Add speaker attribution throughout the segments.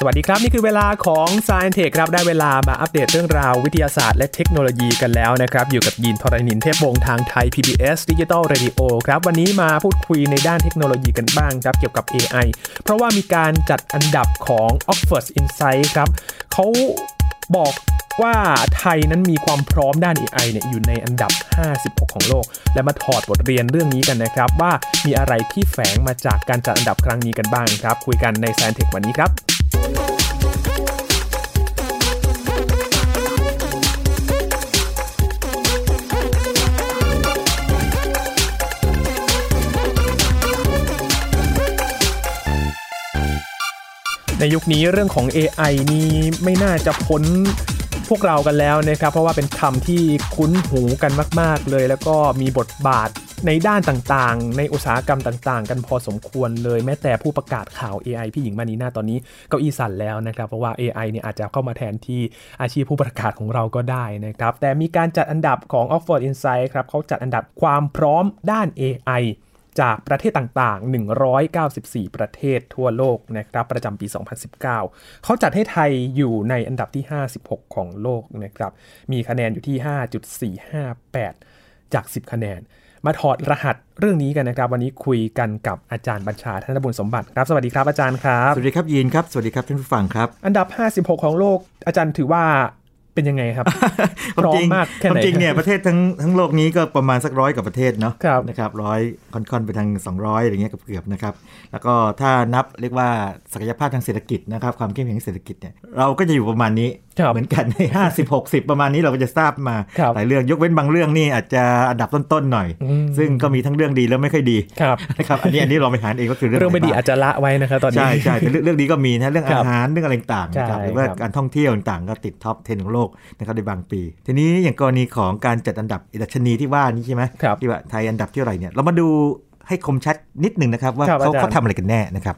Speaker 1: สวัสดีครับ นี่คือเวลาของ s ซ i e n t e c h ครับได้เวลามาอัปเดตเรื่องราววิทยาศาสตร์และเทคโนโลยีกันแล้วนะครับ อยู่กับยีนทรณินเทพวงศ์ทางไทย PBS Digital Radio ครับ วันนี้มาพูดคุยในด้านเทคโนโลยีกันบ้างครับ เกี่ยวกับ AI เพราะว่ามีการจัดอันดับของ Oxford Insight ครับเขาบอกว่าไทยนั้นมีความพร้อมด้าน AI เนี่ยอยู่ในอันดับ 56 ของโลก และมาถอดบทเรียนเรื่องนี้กันนะครับ ว่ามีอะไรที่แฝงมาจากการจัดอันดับครั้งนี้กันบ้างครับ คุยกันใน s ซ i e n t e c h วันนี้ครับ ในยุคนี้เรื่องของ AI นี่ไม่น่าจะพ้นพวกเรากันแล้วนะครับ เพราะว่าเป็นคำที่คุ้นหูกันมาก ๆ เลย แล้วก็มีบทบาทในด้านต่างๆ ในอุตสาหกรรมต่างๆ กันพอสมควรเลย แม้แต่ผู้ประกาศข่าว AI พี่หญิงมานีหน้าตอนนี้เก้าอี้สั่นแล้วนะครับ เพราะว่า AI เนี่ยอาจจะเข้ามาแทนที่อาชีพผู้ประกาศของเราก็ได้นะครับ แต่มีการจัดอันดับของ Oxford Insight ครับเขาจัดอันดับความพร้อมด้าน AI จากประเทศต่างๆ 194 ประเทศทั่วโลกนะครับ ประจำปี 2019 เขาจัดให้ไทยอยู่ในอันดับที่ 56 ของโลกนะครับ มีคะแนนอยู่ที่ 5.458 จาก 10 คะแนน มาถอดรหัสเรื่องนี้กันนะครับ วันนี้คุยกันกับอาจารย์บัญชาธนบุญสมบัติครับ สวัสดีครับอาจารย์ครับ
Speaker 2: สวัสดีครับยีนครับ สวัสดีครับท่านผู้ฟังครับ
Speaker 1: อันดับ 56 ของโลก อาจารย์ถือว่าเป็นยังไง ครับ พร้อมมากแค่
Speaker 2: ควา
Speaker 1: ไหน
Speaker 2: มจริงเนี่ยประเทศทั้งทั้งโลกนี้ก็ประมาณสักร้อยกว่าประเทศเนาะ
Speaker 1: ครับ
Speaker 2: นะครับร้อยค่อนๆไปทาง 200อะไรเงี้ยเกือบๆนะครับ แล้วก็ถ้านับเรียกว่าศักยภาพทางเศรษฐกิจนะครับความเข้มแข็งเศรษฐกิจเนี่ยเราก็จะอยู่ประมาณนี้
Speaker 1: ครับ
Speaker 2: เหมือนกัน ใน 50 60 ประมาณนี้เราก็จะทราบมา
Speaker 1: ครับ
Speaker 2: หลายเรื่องยกเว้นบางเรื่องนี่อาจจะอันดับต้นๆหน่อย
Speaker 1: อืม
Speaker 2: ซึ่งก็มีทั้งเรื่องดีและไม่ค่อยดี
Speaker 1: ครับ
Speaker 2: นะครับอันนี้อันนี้เราไปหารเองก็คือเรื่อง
Speaker 1: เรื่องไม่ดี
Speaker 2: หนบ้าง
Speaker 1: อาจจะละไว้นะครับตอนนี้
Speaker 2: ใช่ใช่แต่เรื่องเรื่องนี้ก็มีนะเรื่อง
Speaker 1: ครับ
Speaker 2: อาหารเรื่องอะไรต่างๆนะครับ
Speaker 1: ใช่
Speaker 2: หรือว่า
Speaker 1: ครับ
Speaker 2: การท่องเที่ยวต่างๆก็ติดท็อป 10 ของโลกนะครับในบางปี ทีนี้อย่างกรณีของการจัดอันดับดัชนีที่ว่านี้ใช่ไหม
Speaker 1: ครับ
Speaker 2: ที่ว่าไทยอันดับที่เท่าไหร่เนี่ยเรามาดูให้คมชัดนิดหนึ่งนะครับว่า
Speaker 1: ครับ
Speaker 2: เขา
Speaker 1: อาจารย์
Speaker 2: เขาทำอะไรกันแน่นะครับ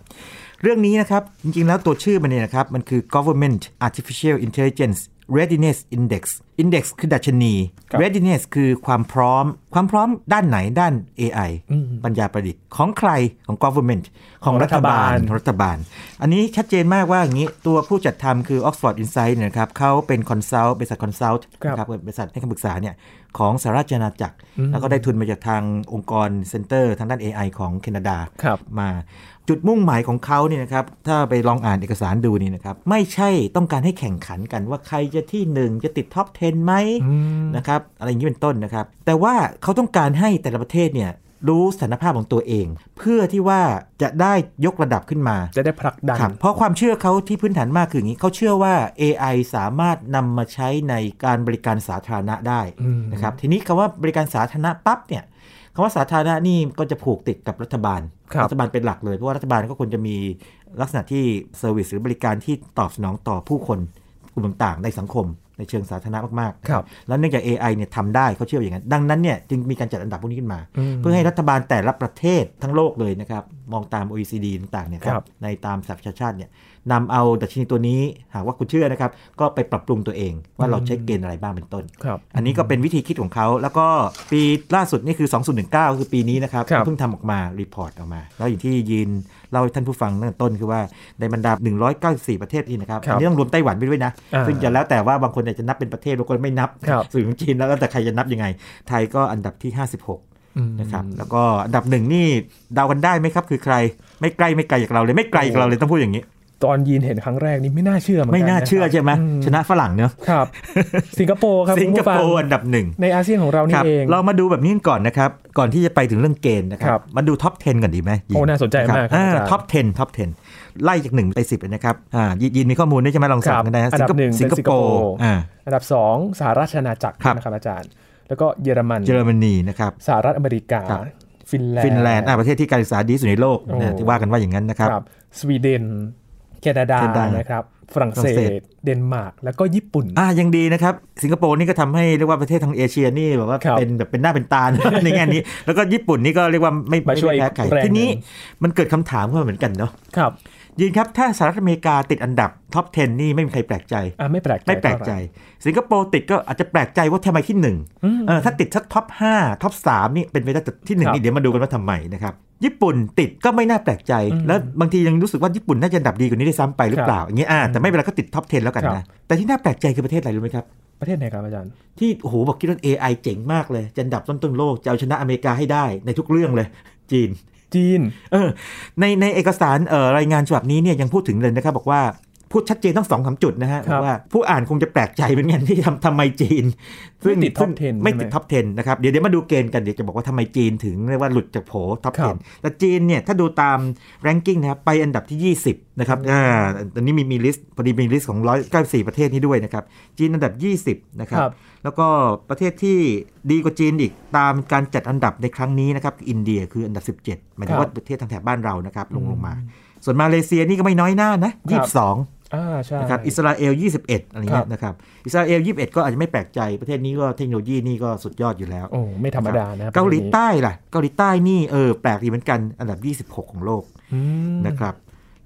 Speaker 2: เรื่องนี้นะครับ จริงๆแล้วตัวชื่อมันเนี่ยนะครับ มันคือ government artificial intelligence readiness index index คือดัชนี
Speaker 1: ครับ
Speaker 2: readiness คือความพร้อม ความพร้อมด้านไหนด้าน AI ปัญญาประดิษฐ์ของใครของ government ของรัฐบาล
Speaker 1: ของรัฐบาล
Speaker 2: ของรัฐบาล อันนี้ชัดเจนมากว่าอย่างนี้ตัวผู้จัดทำคือ Oxford Insight เนี่ยนะครับเขาเป็นคอนซัลท์บริษัทคอนซัลท์
Speaker 1: ครับ
Speaker 2: นะครับบริษัทให้คำปรึกษาเนี่ยของสหราชอาณาจักร แล้วก็ได้ทุนมาจากทางองค์กรเซ็นเตอร์ทางด้าน AI ของแคนาดา
Speaker 1: ครับ
Speaker 2: มาจุดมุ่งหมายของเขาเนี่ยนะครับถ้าไปลองอ่านเอกสารดูนี่นะครับ ไม่ใช่ต้องการให้แข่งขันกันว่าใครจะที่หนึ่งจะติดท็อป 10 ไหม
Speaker 1: อืม
Speaker 2: นะครับอะไรอย่างนี้เป็นต้นนะครับ แต่ว่าเขาต้องการให้แต่ละประเทศเนี่ยรู้สถานภาพของตัวเอง เพื่อที่ว่าจะได้ยกระดับขึ้นมา
Speaker 1: จะได้ผลักดัน
Speaker 2: ครับเพราะความเชื่อเขาที่พื้นฐานมากคืออย่างนี้เขาเชื่อว่า AI สามารถนำมาใช้ในการบริการสาธารณะได้
Speaker 1: อืม
Speaker 2: นะครับทีนี้คำว่าบริการสาธารณะปั๊บเนี่ยคำว่าสาธารณะนี่ก็จะผูกติดกับรัฐบาล
Speaker 1: ครับ
Speaker 2: รัฐบาลเป็นหลักเลย เพราะว่ารัฐบาลก็ควรจะมีลักษณะที่เซอร์วิสหรือบริการที่ตอบสนองต่อผู้คนกลุ่มต่างๆในสังคม ในเชิงสาธารณะมากๆ
Speaker 1: ครับ
Speaker 2: แล้วเนื่องจาก AI เนี่ยทำได้เขาเชื่ออย่างนั้น ดังนั้นเนี่ยจึงมีการจัดอันดับพวกนี้ขึ้นมา
Speaker 1: อืม
Speaker 2: เพื่อให้รัฐบาลแต่ละประเทศทั้งโลกเลยนะครับ มองตาม OECD ต่างๆเนี่ยค
Speaker 1: ครั
Speaker 2: รั
Speaker 1: บบ
Speaker 2: ในตามสหประชาชาติเนี่ยนำเอาดัชนีตัวนี้หากว่าคุณเชื่อนะครับ ก็ไปปรับปรุงตัวเองว่าเราใช้เกณฑ์อะไรบ้างเป็นต้น
Speaker 1: ครับ
Speaker 2: อันนี้ก็เป็นวิธีคิดของเขา แล้วก็ปีล่าสุดนี่คือ 2019 คือปีนี้นะครับ
Speaker 1: ครับ
Speaker 2: เพิ่งทำออกมา รีพอร์ตออกมา แล้วอย่างที่ยินเล่าให้ท่านผู้ฟังตั้งแต่ต้นคือว่าในบรรดา 194 ประเทศนี่นะครับ
Speaker 1: ครับ
Speaker 2: อันนี้ต้องรวมไต้หวันไปด้วยนะ
Speaker 1: อ่า
Speaker 2: ซึ่งจะแล้วแต่ว่าบางคนเนี่ยจะนับเป็นประเทศบางคนไม่นับ
Speaker 1: ครับ
Speaker 2: สื่อของจีนแล้วแต่ใครจะนับยังไง ไทยก็อันดับที่ 56
Speaker 1: อืม
Speaker 2: นะครับ แล้วก็อันดับหนึ่งนี่เดากันได้ไหมครับ คือใคร ไม่ใกล้ไม่ไกลจากเราเลย ไม่ไกลจากเราเลยต้องพูดอย่างนี้
Speaker 1: ตอนยีนเห็นครั้งแรกนี่ไม่น่าเชื่อเหมือนกั
Speaker 2: ไม่น่าเชื่อใช่ไหม
Speaker 1: อื
Speaker 2: ชนะฝรั่งเนอะ
Speaker 1: ครับ สิงคโปร์ครับ
Speaker 2: สิงคโป
Speaker 1: คุณ
Speaker 2: ร์
Speaker 1: ผู้ฟั
Speaker 2: อันดับหนึ่ง
Speaker 1: งในอาเซียนของเรา
Speaker 2: ค
Speaker 1: นี่
Speaker 2: รับ
Speaker 1: เอง
Speaker 2: เรามาดูแบบนี้กันก่อนนะครับ ก่อนที่จะไปถึงเรื่องเกณฑ์นะค
Speaker 1: ครั
Speaker 2: รั
Speaker 1: บบ
Speaker 2: มาดูท็อป 10 ก่อนดีไหมยิ
Speaker 1: โอ้น่าสนใจมากครับอาจารย์
Speaker 2: ท็อป 10 ท็อป 10 ไล่จาก 1 ไป 10เลยนะครับอ่ายินยินมีข้อมูลด้วยใช่ไหมลองสอบกันได้
Speaker 1: ครับ
Speaker 2: นะ
Speaker 1: อันดับหนึ่ง
Speaker 2: สิงค
Speaker 1: เป็นสิงค
Speaker 2: โป
Speaker 1: โปร์
Speaker 2: ร์อ่า
Speaker 1: อันดับ 2 สหราชอาณาจักร
Speaker 2: ครับ
Speaker 1: นะครับอาจารย์ แล้วก็เยอรมัน
Speaker 2: เยอรมนีนะครับ
Speaker 1: สหรัฐอเมริกา
Speaker 2: ครับ
Speaker 1: ฟินแลนด์
Speaker 2: ฟินแลนด์อ่าประเทศที่การศึกษาดีที่สุดในโลก
Speaker 1: โอ้
Speaker 2: นะที่ว่ากันว่าอย่างนั้นนะครับ
Speaker 1: ครับ สวีเดน แคนาดา
Speaker 2: แคนาดาน
Speaker 1: นะครับ ฝรั่ง
Speaker 2: ฝรั่
Speaker 1: เศ
Speaker 2: งเศ
Speaker 1: ส
Speaker 2: ส
Speaker 1: เดนมาร์ก แล้วก็ญี่ปุ่น
Speaker 2: อ่ายังดีนะครับ สิงคโปร์นี่ก็ทำให้เรียกว่าประเทศทางเอเชียนี่แบบว่า
Speaker 1: ครับ
Speaker 2: เป็นแบบเป็นหน้าเป็นตา ในแง่นี้ แล้วก็ญี่ปุ่นนี่ก็เรียกว่าไม่
Speaker 1: มา
Speaker 2: ไม่
Speaker 1: ช่วย
Speaker 2: แพ้ใคร
Speaker 1: แรงหนึ่ง
Speaker 2: ทีนี้มันเกิดคำถามขึ้นมาเหมือนกันเนาะ
Speaker 1: ครับ
Speaker 2: ยินครับถ้าสหรัฐอเมริกาติดอันดับท็อป 10 นี่ไม่มีใครแปลกใจ
Speaker 1: อ่ะไม่แปลกใจ
Speaker 2: ไม่แปลกใจ
Speaker 1: เท่าหร่
Speaker 2: สิงคโปร์ติดก็อาจจะแปลกใจว่าทำไมที่หนึ่ง
Speaker 1: อืม
Speaker 2: เออถ้าติดสักท็อปห้าท็อปสามนี่เป็นไปได้แต่ที่หนึ่ง
Speaker 1: ครับ
Speaker 2: นี่เดี๋ยวมาดูกันว่าทำไมนะครับ ญี่ปุ่นติดก็ไม่น่าแปลกใจ
Speaker 1: อืม
Speaker 2: แล้วบางทียังรู้สึกว่าญี่ปุ่นน่าจะอันดับดีกว่านี้ได้วยซ้ำไปหรือเปล่าอย่างเงี้ยอ่าแต่ไม่เป็นไรก็ติดท็อป 10 แล้วกัน
Speaker 1: ครั
Speaker 2: นะ
Speaker 1: บ
Speaker 2: แต่ที่น่าแปลกใจคือประเทศอะไรรู้ไหมครับ
Speaker 1: ประเทศไหนครับอาจารย์
Speaker 2: ที่โอ้โหบอกคิดว่า AI เจ๋งมากเลยจะอันดับต้นๆโลกจะเอาชนะอเมริกาให้ได้ในทุกเรื่องเลย จีน
Speaker 1: จีน
Speaker 2: เออในในเอกสารเอ่อรายงานฉบับนี้เนี่ยยังพูดถึงเลยนะครับ บอกว่าพูดชัดเจนทั้งสองสามจุดนะฮะ
Speaker 1: ครับ
Speaker 2: บอกว่าผู้อ่านคงจะแปลกใจเหมือนกันที่ทำทำไมจีนซึ่ง
Speaker 1: ไม่ติด top
Speaker 2: ซึ่ง
Speaker 1: 10
Speaker 2: ไม่ติ
Speaker 1: ใช่
Speaker 2: ด
Speaker 1: ไหม
Speaker 2: ท็อป 10 นะครับ เดี๋ยวเดี๋ยวมาดูเกณฑ์กันเดี๋ยวจะบอกว่าทำไมจีนถึงเรียกว่าหลุดจากโผท็อป
Speaker 1: ครับ
Speaker 2: 10 แต่จีนเนี่ยถ้าดูตามแรงกิ้งนะครับไปอันดับที่ 20 นะครับอ่าตอนนี้มีมีลิสต์พอดีมีลิสต์ของ 194 ประเทศนี้ด้วยนะครับจีนอันดับ 20 นะครับ
Speaker 1: ครับ
Speaker 2: แล้วก็ประเทศที่ดีกว่าจีนอีกตามการจัดอันดับในครั้งนี้นะครับคืออินเดียคืออันดับ 17หมายถึงว่า
Speaker 1: ครับ
Speaker 2: ประเทศทางแถบบ้านเรานะครับลง
Speaker 1: อืม
Speaker 2: ลงมา ส่วนมาเลเซียนี่ก็ไม่น้อยหน้านะ
Speaker 1: ครั
Speaker 2: 22
Speaker 1: อ่าใช่
Speaker 2: นะครับอิสราเอล 21 อะไร
Speaker 1: ครั
Speaker 2: เงี้
Speaker 1: บ
Speaker 2: ยนะครับอิสราเอล 21 ก็อาจจะไม่แปลกใจประเทศนี้ก็เทคโนโลยีนี่ก็สุดยอดอยู่แล้ว
Speaker 1: โอ้ไม่ธรรมดานะ
Speaker 2: เกาหลี
Speaker 1: ประทศนี้
Speaker 2: ใต้ล่ะเกาหลีใต้นี่เออแปลกดีเหมือนกันอันดับ 26 ของโลก
Speaker 1: อืม
Speaker 2: นะครับ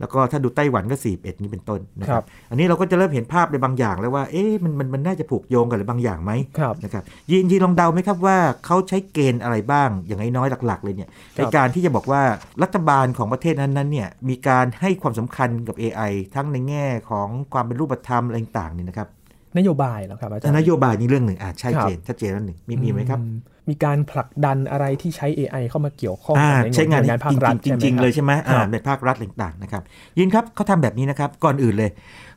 Speaker 2: แล้วก็ถ้าดูไต้หวันก็ 41 นี้เป็นต้นนะค
Speaker 1: ครั
Speaker 2: รั
Speaker 1: บบ
Speaker 2: อันนี้เราก็จะเริ่มเห็นภาพในบางอย่างแล้วว่าเอ๊ะมันมันมันน่าจะผูกโยงกันหรือบางอย่างไหม
Speaker 1: ครับ
Speaker 2: นะครับยีนยีนลองเดาไหมครับว่าเขาใช้เกณฑ์อะไรบ้างอย่างน้อยๆหลัก ๆ เลยเนี่ยในการที่จะบอกว่ารัฐบาลของประเทศนั้นๆเนี่ยมีการให้ความสำคัญกับ AI ทั้งในแง่ของความเป็นรูปธรรมอะไรต่างๆเนี่ยนะครับ
Speaker 1: นโยบายแล้วครับอาจา
Speaker 2: แต่
Speaker 1: รย์
Speaker 2: นโยบายนี่เรื่องหนึ่งอ่ะใช่
Speaker 1: ครับ
Speaker 2: เจนชัดเจนแล้วหนึ่งมีมีไหมครับ
Speaker 1: อืมีการผลักดันอะไรที่ใช้ AI เข้ามาเกี่ยวข้อง
Speaker 2: อ่า
Speaker 1: กับ
Speaker 2: ใช้งาน
Speaker 1: หวยภาครัฐ
Speaker 2: จริงๆจริง ๆ
Speaker 1: ใช่ไหมคบ
Speaker 2: เลยใช่ไหม
Speaker 1: ค
Speaker 2: อ่า
Speaker 1: รับ
Speaker 2: ในภาครัฐอะไรต่างๆนะครับ ยินครับเขาทำแบบนี้นะครับ ก่อนอื่นเลย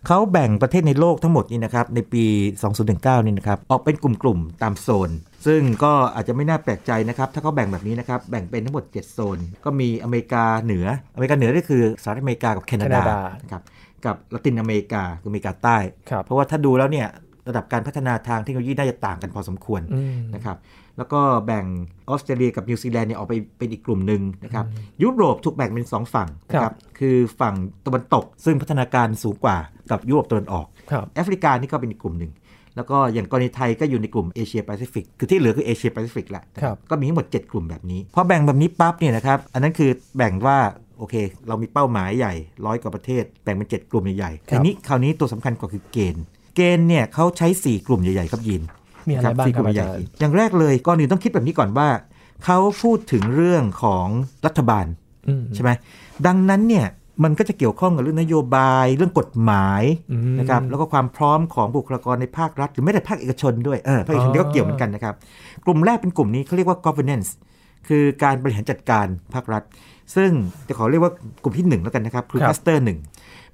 Speaker 2: เขาแบ่งประเทศในโลกทั้งหมดนี่นะครับในปี 2019 นี่นะครับออกเป็นกลุ่มๆตามโซน ซึ่งก็อาจจะไม่น่าแปลกใจนะครับ ถ้าเขาแบ่งแบบนี้นะครับ แบ่งเป็นทั้งหมด 7 โซน ก็มีอเมริกาเหนือ อเมริกาเหนือนี่คือสหรัฐอเมริกากับแคนาดา
Speaker 1: แคนาดา
Speaker 2: นะครับกับละตินอเมริกาคืออเมริกาใต้
Speaker 1: ครับ
Speaker 2: เพราะว่าถ้าดูแล้วเนี่ยระดับการพัฒนาทางเทคโนโลยีน่าจะต่างกันพอสมควร
Speaker 1: อืม
Speaker 2: นะครับแล้วก็แบ่งออสเตรเลียกับนิวซีแลนด์เนี่ยออกไปเป็นอีกกลุ่มหนึ่งนะครับยุโรปถูกแบ่งเป็น 2 ฝั่ง
Speaker 1: ค
Speaker 2: นะค
Speaker 1: รั
Speaker 2: รับ บคือฝั่งตะวันตก ซึ่งพัฒนาการสูงกว่ากับยุโรปตะวันออก
Speaker 1: ครับ
Speaker 2: แอฟริกานี่ก็เป็นอีกกลุ่มหนึ่ง แล้วก็อย่างกรณีไทยก็อยู่ในกลุ่มเอเชียแปซิฟิกคือที่เหลือคือเอเชียแปซิฟิกแหละนะครับ ก็มีทั้งหมด 7 กลุ่มแบบนี้ พอแบ่งแบบนี้ปั๊บเนี่ยนะครับอันนั้นคือแบ่งว่าโอเค เรามีเป้าหมายใหญ่ร้อยกว่าประเทศแบ่งเป็น 7 กลุ่มใหญ่ๆทีนี้คราวนี้ตัวสำคัญกว่าคือเกณฑ์ เกณฑ์เนี่ยเขาใช้สี่กลุ่มใหญ่ๆครับยิน
Speaker 1: มีอะไรบ้าง
Speaker 2: สี่
Speaker 1: ค
Speaker 2: ก
Speaker 1: รับ
Speaker 2: ลุ่ม
Speaker 1: อา
Speaker 2: ใหญ่
Speaker 1: จารย์
Speaker 2: อย่างแรกเลยก่อนอื่นต้องคิดแบบนี้ก่อนว่า เขาพูดถึงเรื่องของรัฐบาล
Speaker 1: อืม
Speaker 2: ใช่ไหมดังนั้นเนี่ยมันก็จะเกี่ยวข้องกับเรื่องนโยบายเรื่องกฎหมาย
Speaker 1: อืม
Speaker 2: นะครับแล้วก็ความพร้อมของบุคลากรในภาครัฐ หรือไม่แต่ภาคเอกชนด้วยเออภาคเอกชน
Speaker 1: อ๋อ
Speaker 2: ก็เกี่ยวเหมือนกันนะครับกลุ่มแรกเป็นกลุ่มนี้เขาเรียกว่า governance คือการบริหารจัดการภาครัฐ ซึ่งจะขอเรียกว่ากลุ่มที่ 1 แล้วกันนะครับคือ
Speaker 1: ครับ
Speaker 2: คลัสเตอร์หนึ่ง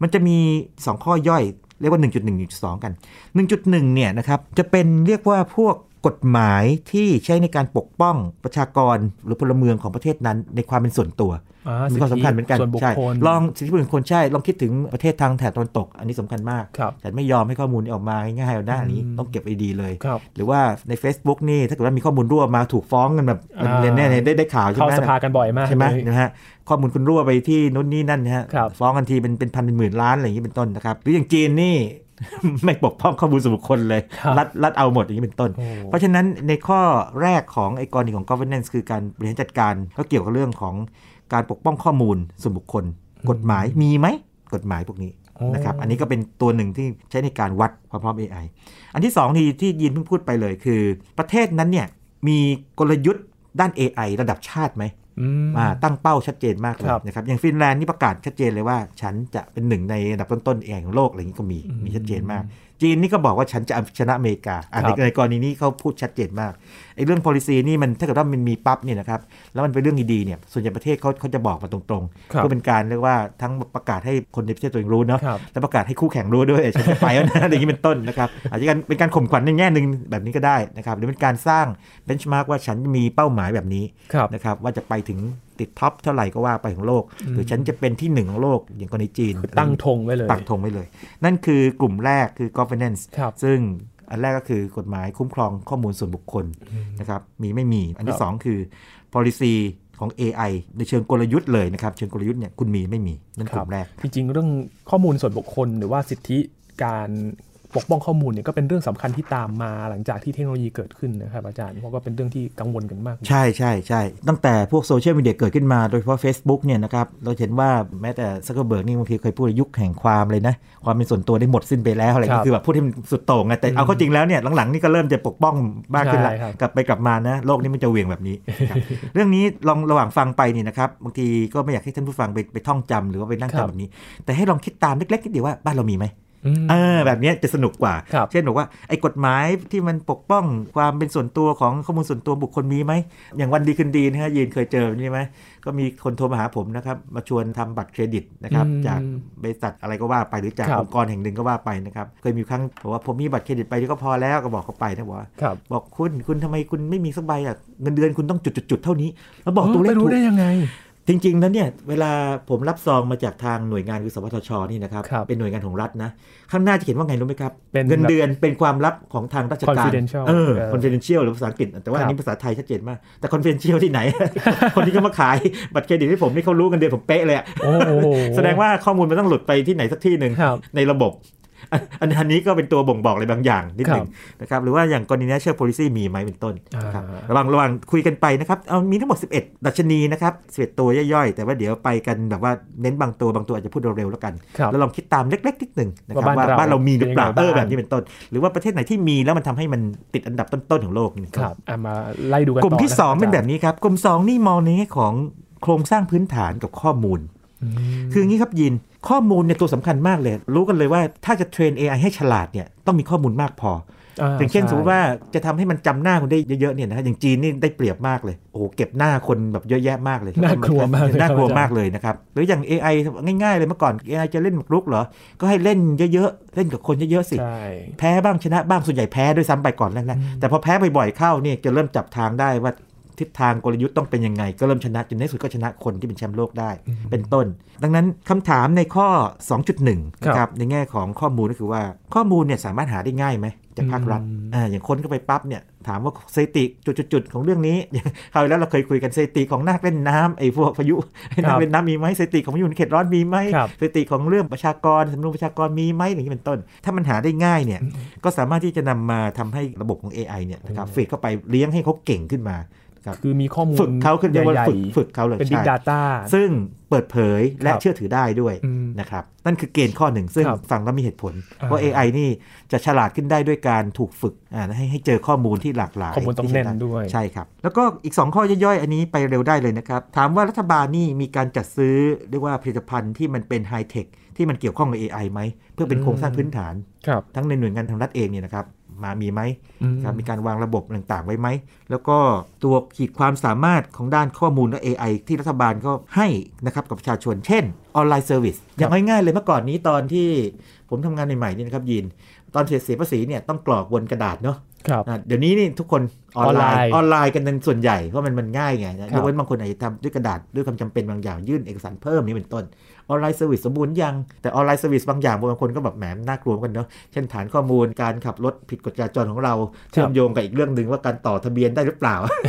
Speaker 2: มันจะมี 2 ข้อย่อย เรียกว่า 1.1 1.2 กัน 1.1เนี่ยนะครับจะเป็นเรียกว่าพวกกฎหมายที่ใช้ในการปกป้องประชากรหรือพลเมืองของประเทศนั้นในความเป็นส่วนตัว
Speaker 1: อ่
Speaker 2: มีความสำคัญเหมือนกัน
Speaker 1: ส่วนบุค
Speaker 2: ใช่
Speaker 1: คล
Speaker 2: ลองสิทธิบุคคลใช่ลองคิดถึงประเทศทางแถบตะวันตก อันนี้สำคัญมาก
Speaker 1: ครับ
Speaker 2: ฉันไม่ยอมให้ข้อมูลนี้ออกมาง่ายๆเอาหน้านี้ต้องเก็บไว้ดีเลย
Speaker 1: ครับ
Speaker 2: หรือว่าใน Facebook นี่ถ้าเกิดว่ามีข้อมูลรั่วมาถูกฟ้องกันแบบ
Speaker 1: อ่า
Speaker 2: เป็นเนี่ยๆได้ได้ข่าวใช่
Speaker 1: เข้า
Speaker 2: ไหม
Speaker 1: สภากันบ่อยมาก
Speaker 2: ใช่ไหม
Speaker 1: เลย
Speaker 2: นะฮะข้อมูลคุณรั่วไปที่นู้นนี่นั่นนะฮะ
Speaker 1: ครับ
Speaker 2: ฟ้องกันทีเป็นเป็นพันเป็นหมื่นล้านอะไรอย่างนี้เป็นต้นนะครับหรืออย่างจีนนี่ ไม่ปกป้องข้อมูลส่วนบุคคลเลย
Speaker 1: ครับ
Speaker 2: รัดรัดเอาหมดอย่างนี้เป็นต้น
Speaker 1: โอ้
Speaker 2: เพราะฉะนั้นในข้อแรกของไอ้กรณีของ governance คือการบริหารจัดการก็เกี่ยวกับเรื่องของการปกป้องข้อมูลส่วนบุคคล กฎหมายมีไหมกฎหมายพวกนี้นะครับอันนี้ก็เป็นตัวหนึ่งที่ใช้ในการวัดความพร้อม AI อันที่สองที่ที่ยินเพิ่งพูดไปเลยคือ ประเทศนั้นเนี่ยมีกลยุทธ์ด้าน AI ระดับชาติไหม
Speaker 1: อืม
Speaker 2: อ่าตั้งเป้าชัดเจนมากเลย
Speaker 1: ครับ
Speaker 2: นะครับอย่างฟินแลนด์นี่ประกาศชัดเจนเลยว่า ฉันจะเป็นหนึ่งในอันดับต้นๆเองของโลกอะไรอย่างนี้ก็มีมีชัดเจนมาก จีนนี่ก็บอกว่าฉันจะเอาชนะอเมริกาอ่ะในในกรณีนี้เขาพูดชัดเจนมากไอ้เรื่อง policy นี่มันถ้าเกิดว่ามันมีปั๊บเนี่ยนะครับแล้วมันเป็นเรื่องดีๆเนี่ยส่วนใหญ่ประเทศเขาเขาจะบอกมาตรงๆ
Speaker 1: ครับ
Speaker 2: เพื่อเป็นการเรียกว่าทั้งประกาศให้คนในประเทศตัวเองรู้เนาะ
Speaker 1: ครับ
Speaker 2: แล้วประกาศให้คู่แข่งรู้ด้วยฉันจะไปแล้วนะ อะไรอย่างนี้เป็นต้นนะครับอาจจะเป็นการข่มขวัญในแง่หนึ่งแบบนี้ก็ได้นะครับหรือเป็นการสร้าง benchmark ว่าฉันมีเป้าหมายแบบนี้
Speaker 1: ครับ
Speaker 2: นะครับว่าจะไปถึงติดท็อปเท่าไหร่ก็ว่าไปของโลก หรือฉันจะเป็นที่หนึ่งของโลกอย่างกรณีจีน
Speaker 1: ตั้งธงไว้เลย
Speaker 2: ตั้งธงไว้เลย นั่นคือกลุ่มแรกคือ governance
Speaker 1: ครับ
Speaker 2: ซึ่งอันแรกก็คือกฎหมายคุ้มครองข้อมูลส่วนบุคคลนะครับมีไม่มีอันที่สองคือ policy ของ AI ในเชิงกลยุทธ์เลยนะครับเชิงกลยุทธ์เนี่ยคุณมีไม่มีนั่น
Speaker 1: ค
Speaker 2: ก
Speaker 1: รั
Speaker 2: ลุ่
Speaker 1: บ
Speaker 2: มแรก
Speaker 1: จริงๆเรื่องข้อมูลส่วนบุคคลหรือว่าสิทธิการ ปกป้องข้อมูลเนี่ยก็เป็นเรื่องสำคัญที่ตามมาหลังจากที่เทคโนโลยีเกิดขึ้นนะครับอาจารย์เพราะก็เป็นเรื่องที่กังวลกันมาก
Speaker 2: ใช่ใช่ใช่ตั้งแต่พวกโซเชียลมีเดียเกิดขึ้นมาโดยเฉพาะ Facebook เนี่ยนะครับ เราเห็นว่าแม้แต่ซักเกอร์เบิร์กนี่บางทีเคยพูดยุคแห่งความเลยนะ ความเป็นส่วนตัวได้หมดสิ้นไปแล้วอะไร
Speaker 1: ครั
Speaker 2: เงี้
Speaker 1: บ
Speaker 2: ยคือแบบพูดให้มันสุดโต่งอะแต่เอาเข้าจริงแล้วเนี่ยหลังๆนี่ก็เริ่มจะปกป้องมากขึ้นละ
Speaker 1: ใช่ครับ
Speaker 2: กลับไปกลับมานะ โลกนี้มันจะเหวี่ยงแบบนี้ ครับเรื่องนี้ลองระหว่างฟังไปเนี่ยนะครับบางทีก็ไม่อยากให้ท่านผู้ฟังไปไปท่องจำหรือว่าไปนั่งจำแบบนี้ แต่ให้ลองคิดตามเล็กๆนิดเดียวว่าบ้านเรามีไหม
Speaker 1: อืม
Speaker 2: เออแบบเนี้ยจะสนุกกว่า
Speaker 1: ครับ
Speaker 2: เช่นบอกว่าไอ้กฎหมายที่มันปกป้องความเป็นส่วนตัวของข้อมูลส่วนตัวบุคคลมีไหม อย่างวันดีคืนดีนะฮะยืนเคยเจอใช่ไหมก็มีคนโทรมาหาผมนะครับ มาชวนทำบัตรเครดิตนะครับ
Speaker 1: อืม
Speaker 2: จากบริษัทอะไรก็ว่าไปหรือจาก
Speaker 1: ครับ
Speaker 2: องค์กรแห่งหนึ่งก็ว่าไปนะครับ เคยมีครั้งบอกว่าผมมีบัตรเครดิตไปก็พอแล้วก็บอกเขาไปนะบอกว่า
Speaker 1: ครับ
Speaker 2: บอกคุณคุณทำไมคุณไม่มีสักใบอ่ะเงินเดือนคุณต้องจุดๆๆเท่านี้ แล้วบอกตัวเลข
Speaker 1: ไม่รู้
Speaker 2: ถูก
Speaker 1: ได้ยังไง
Speaker 2: จริงๆ นั้นเนี่ยเวลาผมรับซองมาจากทางหน่วยงานคือสวทชนี่นะครับ
Speaker 1: ครับ
Speaker 2: เป็นหน่วยงานของรัฐนะ ข้างหน้าจะเขียนว่าไงรู้ไหมครับ
Speaker 1: เป็น
Speaker 2: เงินเดือนเป็นความลับของทางราชการ
Speaker 1: confidential
Speaker 2: เออ
Speaker 1: เออ
Speaker 2: confidential หรือภาษาอังกฤษ แต่ว่าอันนี้ภาษาไทยชัดเจนมาก แต่ confidential ที่ไหน คนที่เขามาขายบัตรเครดิตให้ผมนี่เขารู้กันเดือนผมเป๊ะเลยอะ
Speaker 1: โอ้โห
Speaker 2: แสดงว่าข้อมูลมันต้องหลุดไปที่ไหนสักที่หนึ่ง
Speaker 1: ครับ
Speaker 2: ในระบบอันอันอันนี้ก็เป็นตัวบ่งบอกอะไรบางอย่างนิดหนึ่งนะครับหรือว่าอย่างกรณี national policy มีไหมเป็นต้นนะครับ
Speaker 1: อ่า
Speaker 2: ระวังระวังคุยกันไปนะครับ เอามีทั้งหมด 11 ดัชนีนะครับ11ตัวย่อยๆ แต่ว่าเดี๋ยวไปกันแบบว่าเน้นบางตัวบางตัวอาจจะพูดเร็วๆแล้วกัน
Speaker 1: ครับ
Speaker 2: แล้วลองคิดตามเล็กๆนิดหนึ่งนะครับ
Speaker 1: ว่า
Speaker 2: ว่า
Speaker 1: บ้านเรา
Speaker 2: บ้านเรามีหรือเปล่า
Speaker 1: เป็นยังไงบ้า
Speaker 2: เออ
Speaker 1: ง
Speaker 2: แบบนี้เป็นต้น หรือว่าประเทศไหนที่มีแล้วมันทำให้มันติดอันดับต้นๆของโลกนี่
Speaker 1: ครับอ่ะมาไล่ดูกัน
Speaker 2: กลุ่มที่
Speaker 1: ต่ะ
Speaker 2: 2 เป็นแบบนี้ครับ กลุ่ม 2 นี่มองในแง่ของโครงสร้างพื้นฐานกับข้อมูล
Speaker 1: อืม
Speaker 2: คืออย่างนี้ครับยินข้อมูลเนี่ยตัวสำคัญมากเลย รู้กันเลยว่าถ้าจะเทรน AI ให้ฉลาดเนี่ยต้องมีข้อมูลมากพอ อย่างเช่น
Speaker 1: ใช่
Speaker 2: สมมติว่าจะทำให้มันจำหน้าคุณได้เยอะๆเนี่ยนะฮะอย่างจีนนี่ได้เปรียบมากเลยโอ้โหเก็บหน้าคนแบบเยอะแยะมากเลยครับ
Speaker 1: น่ากลัวมากเลยครับ
Speaker 2: น่ากลัว
Speaker 1: อาจารย์
Speaker 2: มากเลยนะครับหรืออย่าง AI ง่ายๆเลยเมื่อก่อน AI จะเล่นหมากรุกเหรอ ก็ให้เล่นเยอะๆ เล่นกับคนเยอะๆสิ
Speaker 1: ใช่
Speaker 2: แพ้บ้างชนะบ้างส่วนใหญ่แพ้ด้วยซ้ำไปก่อนแรกๆแต่พอแพ้บ่อยๆเข้าเนี่ยจะเริ่มจับทางได้ว่าทิศทางกลยุทธ์ต้องเป็นยังไง ก็เริ่มชนะจนในที่สุดก็ชนะคนที่เป็นแชมป์โลกได้ เป็นต้น ดังนั้นคำถามในข้อ 2.1นะครับในแง่ของข้อมูลก็คือว่าข้อมูลเนี่ยสามารถหาได้ง่ายไหมจากภาครัฐ
Speaker 1: อืม
Speaker 2: อ่าอย่างคนเข้าไปปั๊บเนี่ยถามว่าสถิติจุดๆๆของเรื่องนี้ คราวที่แล้วเราเคยคุยกันสถิติของนักเล่นน้ำไอ้พวกพายุ นักเล่นน้ำมีไหมสถิติของพายุในเขตร้อนมีไหม
Speaker 1: ครับ
Speaker 2: สถิติของเรื่องประชากรจำนวนประชากรมีไหมอย่างนี้เป็นต้น ถ้ามันหาได้ง่ายเนี่ยก็สามารถที่จะนำมาทำให้ระบบของ AI เนี่ยนะครับฟีดเข้าไปเลี้ยงให้เขาเก่งขึ้นมานะครับ
Speaker 1: คือมีข้อมูล
Speaker 2: ฝึกเขาขึ้นเรียกว่า
Speaker 1: ใหญ่
Speaker 2: ฝึกฝึกเขาเลย
Speaker 1: เป็น Big
Speaker 2: ใช่
Speaker 1: Data
Speaker 2: ซึ่งเปิดเผยและ
Speaker 1: ครับ
Speaker 2: เชื่อถือได้ด้วย
Speaker 1: อืม
Speaker 2: นะครับนั่นคือเกณฑ์ข้อหนึ่ง ซึ่ง
Speaker 1: ครับ
Speaker 2: ฟังแล้วมีเหตุผล
Speaker 1: อ่า
Speaker 2: ว่า AI นี่จะฉลาดขึ้นได้ด้วยการถูกฝึกอ่าให้ให้เจอข้อมูลที่หลากหลาย
Speaker 1: ข้อมูลต้องแน่น
Speaker 2: ที่ฉลา
Speaker 1: ด้วย
Speaker 2: ใช่ครับ แล้วก็อีก 2 ข้อย่อยๆ อันนี้ไปเร็วได้เลยนะครับ ถามว่ารัฐบาลนี่มีการจัดซื้อเรียกว่าผลิตภัณฑ์ที่มันเป็นไฮเทคที่มันเกี่ยวข้องกับ AI ไหม เพื่อเป็นโครงสร้างพื้นฐาน
Speaker 1: ครับ
Speaker 2: ทั้งในหน่วยงานทางรัฐเองเนี่ยนะครับมามีไหม
Speaker 1: อืม
Speaker 2: ครับมีการวางระบบต่างๆไว้ไหม แล้วก็ตัวขีดความสามารถของด้านข้อมูลและ AI ที่รัฐบาลก็ให้นะครับกับประชาชน เช่นออนไลน์เซอร์วิสอย่างง่ายๆเลยเมื่อก่อนนี้ตอนที่ผมทำงานใหม่ๆเนี่ยนะครับยิน ตอนเสียภาษีเนี่ยต้องกรอกบนกระดาษเนาะ
Speaker 1: ครับ
Speaker 2: อ่ะเดี๋ยวนี้นี่ทุกคนออนไล
Speaker 1: ออนไลน์
Speaker 2: น์ออนไลน์กันเป็นส่วนใหญ่เพราะมันมันง่ายไงนะ
Speaker 1: ครั
Speaker 2: ย
Speaker 1: บ
Speaker 2: กเว้นบางคนอาจจะทำด้วยกระดาษด้วยความจำเป็นบางอย่างยื่นเอกสารเพิ่มนี่เป็นต้นออนไลน์เซอร์วิสสมบูรณ์ยัง แต่ออนไลน์เซอร์วิสบางอย่างบางคนก็แบบแหมน่ากลัวเหมือนกันเนาะเช่นฐานข้อมูลการขับรถผิดกฎจราจรของเรา เชื่อมโยงกับอีกเรื่องหนึ่งว่าการต่อทะเบียนได้หรือเปล่า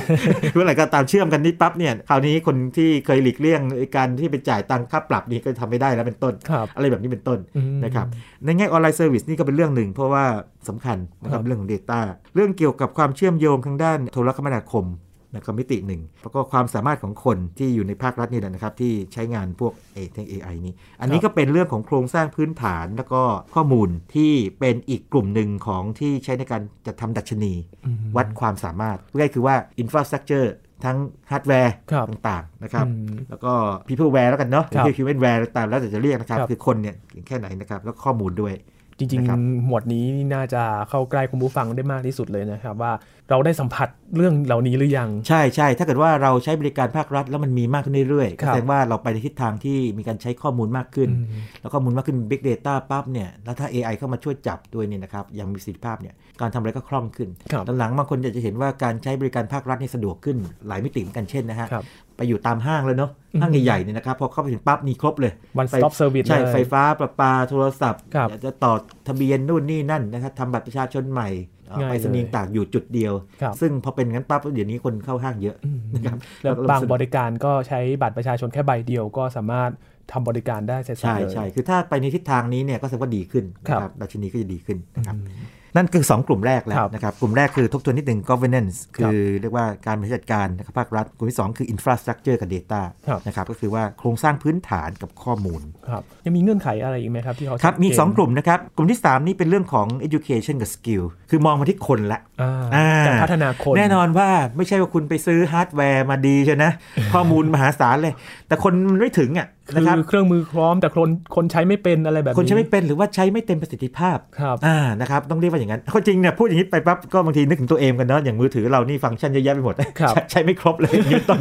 Speaker 2: เมื่อไหร่ก็ตามเชื่อมกันนี่ปั๊บเนี่ยคราวนี้คนที่เคยหลีกเลี่ยงการที่ไปจ่ายตังค่าปรับนี่ก็ทำไม่ได้แล้วเป็นต้น
Speaker 1: ครับ
Speaker 2: อะไรแบบนี้เป็นต้น
Speaker 1: อืม
Speaker 2: นะครับในแง่ออนไลน์เซอร์วิสนี่ก็เป็นเรื่องหนึ่ง เพราะว่าสำคัญนะ
Speaker 1: ค
Speaker 2: ครั
Speaker 1: รับ บ
Speaker 2: เรื่องของ Data เรื่องเกี่ยวกับความเชื่อมโยงทางด้านโทรคมนาคมนะครับมิติหนึ่งแล้วก็ความสามารถของคนที่อยู่ในภาครัฐนี่แหละนะครับที่ใช้งานพวกเอทาง AI นี้ อันนี้ก็เป็นเรื่องของโครงสร้างพื้นฐานแล้วก็ข้อมูลที่เป็นอีกกลุ่มหนึ่งของที่ใช้ในการจัดทำดัชนี
Speaker 1: อืม
Speaker 2: วัดความสามารถง่ายๆคือว่า Infrastructure ทั้งฮาร์ดแวร์
Speaker 1: ครับ
Speaker 2: ต่างๆนะครับ
Speaker 1: อืม
Speaker 2: แล้วก็ People Ware แล้วกันเนาะ
Speaker 1: ครับ
Speaker 2: เรียก Human Ware ตามแล้วแต่จะเรียกนะครับ
Speaker 1: ครับ
Speaker 2: คือคนเนี่ยเก่งแค่ไหนนะครับ แล้วข้อมูลด้วย
Speaker 1: จริง
Speaker 2: นะครับ
Speaker 1: ๆ หมวดนี้นี่น่าจะเข้าใกล้คุณผู้ฟังได้มากที่สุดเลยนะครับ ว่าเราได้สัมผัสเรื่องเหล่านี้หรือยัง
Speaker 2: ใช่ใช่ถ้าเกิดว่าเราใช้บริการภาครัฐ แล้วมันมีมากขึ้นเรื่อยๆ
Speaker 1: ครั
Speaker 2: ก็
Speaker 1: บ
Speaker 2: แสดงว่าเราไปในทิศทางที่มีการใช้ข้อมูลมากขึ้น
Speaker 1: อืม
Speaker 2: แล้วข้อมูลมากขึ้น Big Data ปั๊บเนี่ยแล้วถ้า AI เข้ามาช่วยจับด้วยเนี่ยนะครับอย่างมีประสิทธิภาพเนี่ยการทำอะไรก็คล่องขึ้น
Speaker 1: ครับ
Speaker 2: หลังๆบางคนอยากจะเห็นว่าการใช้บริการภาครัฐนี่สะดวกขึ้นหลายมิติเหมือนกันเช่นนะฮะ
Speaker 1: ครับ
Speaker 2: ไปอยู่ตามห้างแล้วเนาะห้างใหญ่ๆเนี่ยนะครับพอเข้าไปถึงปั๊บนี่ครบเลย
Speaker 1: One Stop
Speaker 2: ไฟ
Speaker 1: Service
Speaker 2: ใช่
Speaker 1: เลย
Speaker 2: ไฟฟ้าประปาโทรศัพท์
Speaker 1: ครับ
Speaker 2: อยากจะต่อทะเบียนนู่นนี่นั่นนะครับทำบัตรประชาชนใหม่เอ่อ
Speaker 1: ง่าย
Speaker 2: ไปสนีย์ต่างๆอยู่จุดเดียว
Speaker 1: ครับ
Speaker 2: ซึ่งพอเป็นงั้นปั๊บเดี๋ยวนี้คนเข้าห้างเยอะนะครับ
Speaker 1: แล้ว
Speaker 2: ก็เริ่ม
Speaker 1: บาง
Speaker 2: สะดวก
Speaker 1: บริการก็ใช้บัตรประชาชนแค่ใบเดียวก็สามารถ ทำบริการได้เสร็จสรร
Speaker 2: ใช่
Speaker 1: พเลย
Speaker 2: ใช่คือถ้าไปในทิศทางนี้เนี่ยก็แสดงว่าดีขึ้น
Speaker 1: ครับ
Speaker 2: นะดัชนีก็จะดีขึ้น
Speaker 1: อื
Speaker 2: นะครับ
Speaker 1: ม
Speaker 2: นั่นคือ 2 กลุ่มแรกแล้ว
Speaker 1: ครับ
Speaker 2: นะครับ กลุ่มแรกคือทบทวนนิดหนึ่ง governance
Speaker 1: ค
Speaker 2: คื
Speaker 1: รับ
Speaker 2: อเรียกว่าการบริหารจัดการนะครับภาครัฐ กลุ่มที่ 2 คือ infrastructure กับ data
Speaker 1: ครับ
Speaker 2: นะครับก็คือว่าโครงสร้างพื้นฐานกับข้อมูล
Speaker 1: ครับยังมีเงื่อนไขอะไรอีกไหมครับที่เขา
Speaker 2: ครับ มี
Speaker 1: ชัดเจน
Speaker 2: 2 กลุ่มนะครับ กลุ่มที่ 3 นี่เป็นเรื่องของ education กับ skill คือมองมาที่คนละ
Speaker 1: อ่า
Speaker 2: อ่า
Speaker 1: การพัฒนาคน
Speaker 2: แน่นอนว่าไม่ใช่ว่าคุณไปซื้อฮาร์ดแวร์มาดีใช่นะ ข้อมูลมหาศาลเลย แต่คนมันไม่ถึงอ่ะ
Speaker 1: คื
Speaker 2: นะ
Speaker 1: อ
Speaker 2: ครับ
Speaker 1: เครื่องมือพร้อมแต่คนคนใช้ไม่เป็นอะไรแบบนี้
Speaker 2: คนใช้ไม่เป็นหรือว่าใช้ไม่เต็มประสิทธิภาพ
Speaker 1: ครับ
Speaker 2: อ่า นะครับ ต้องเรียกว่าอย่างนั้นคนจริงเนี่ยพูดอย่างนี้ไปปั๊บ ก็บางทีนึกถึงตัวเองกันเนาะ อย่างมือถือเรานี่ฟังก์ชันเยอะแยะไปหมด
Speaker 1: ครับ
Speaker 2: ใช้ใช้ไม่ครบเลย ยืนต้น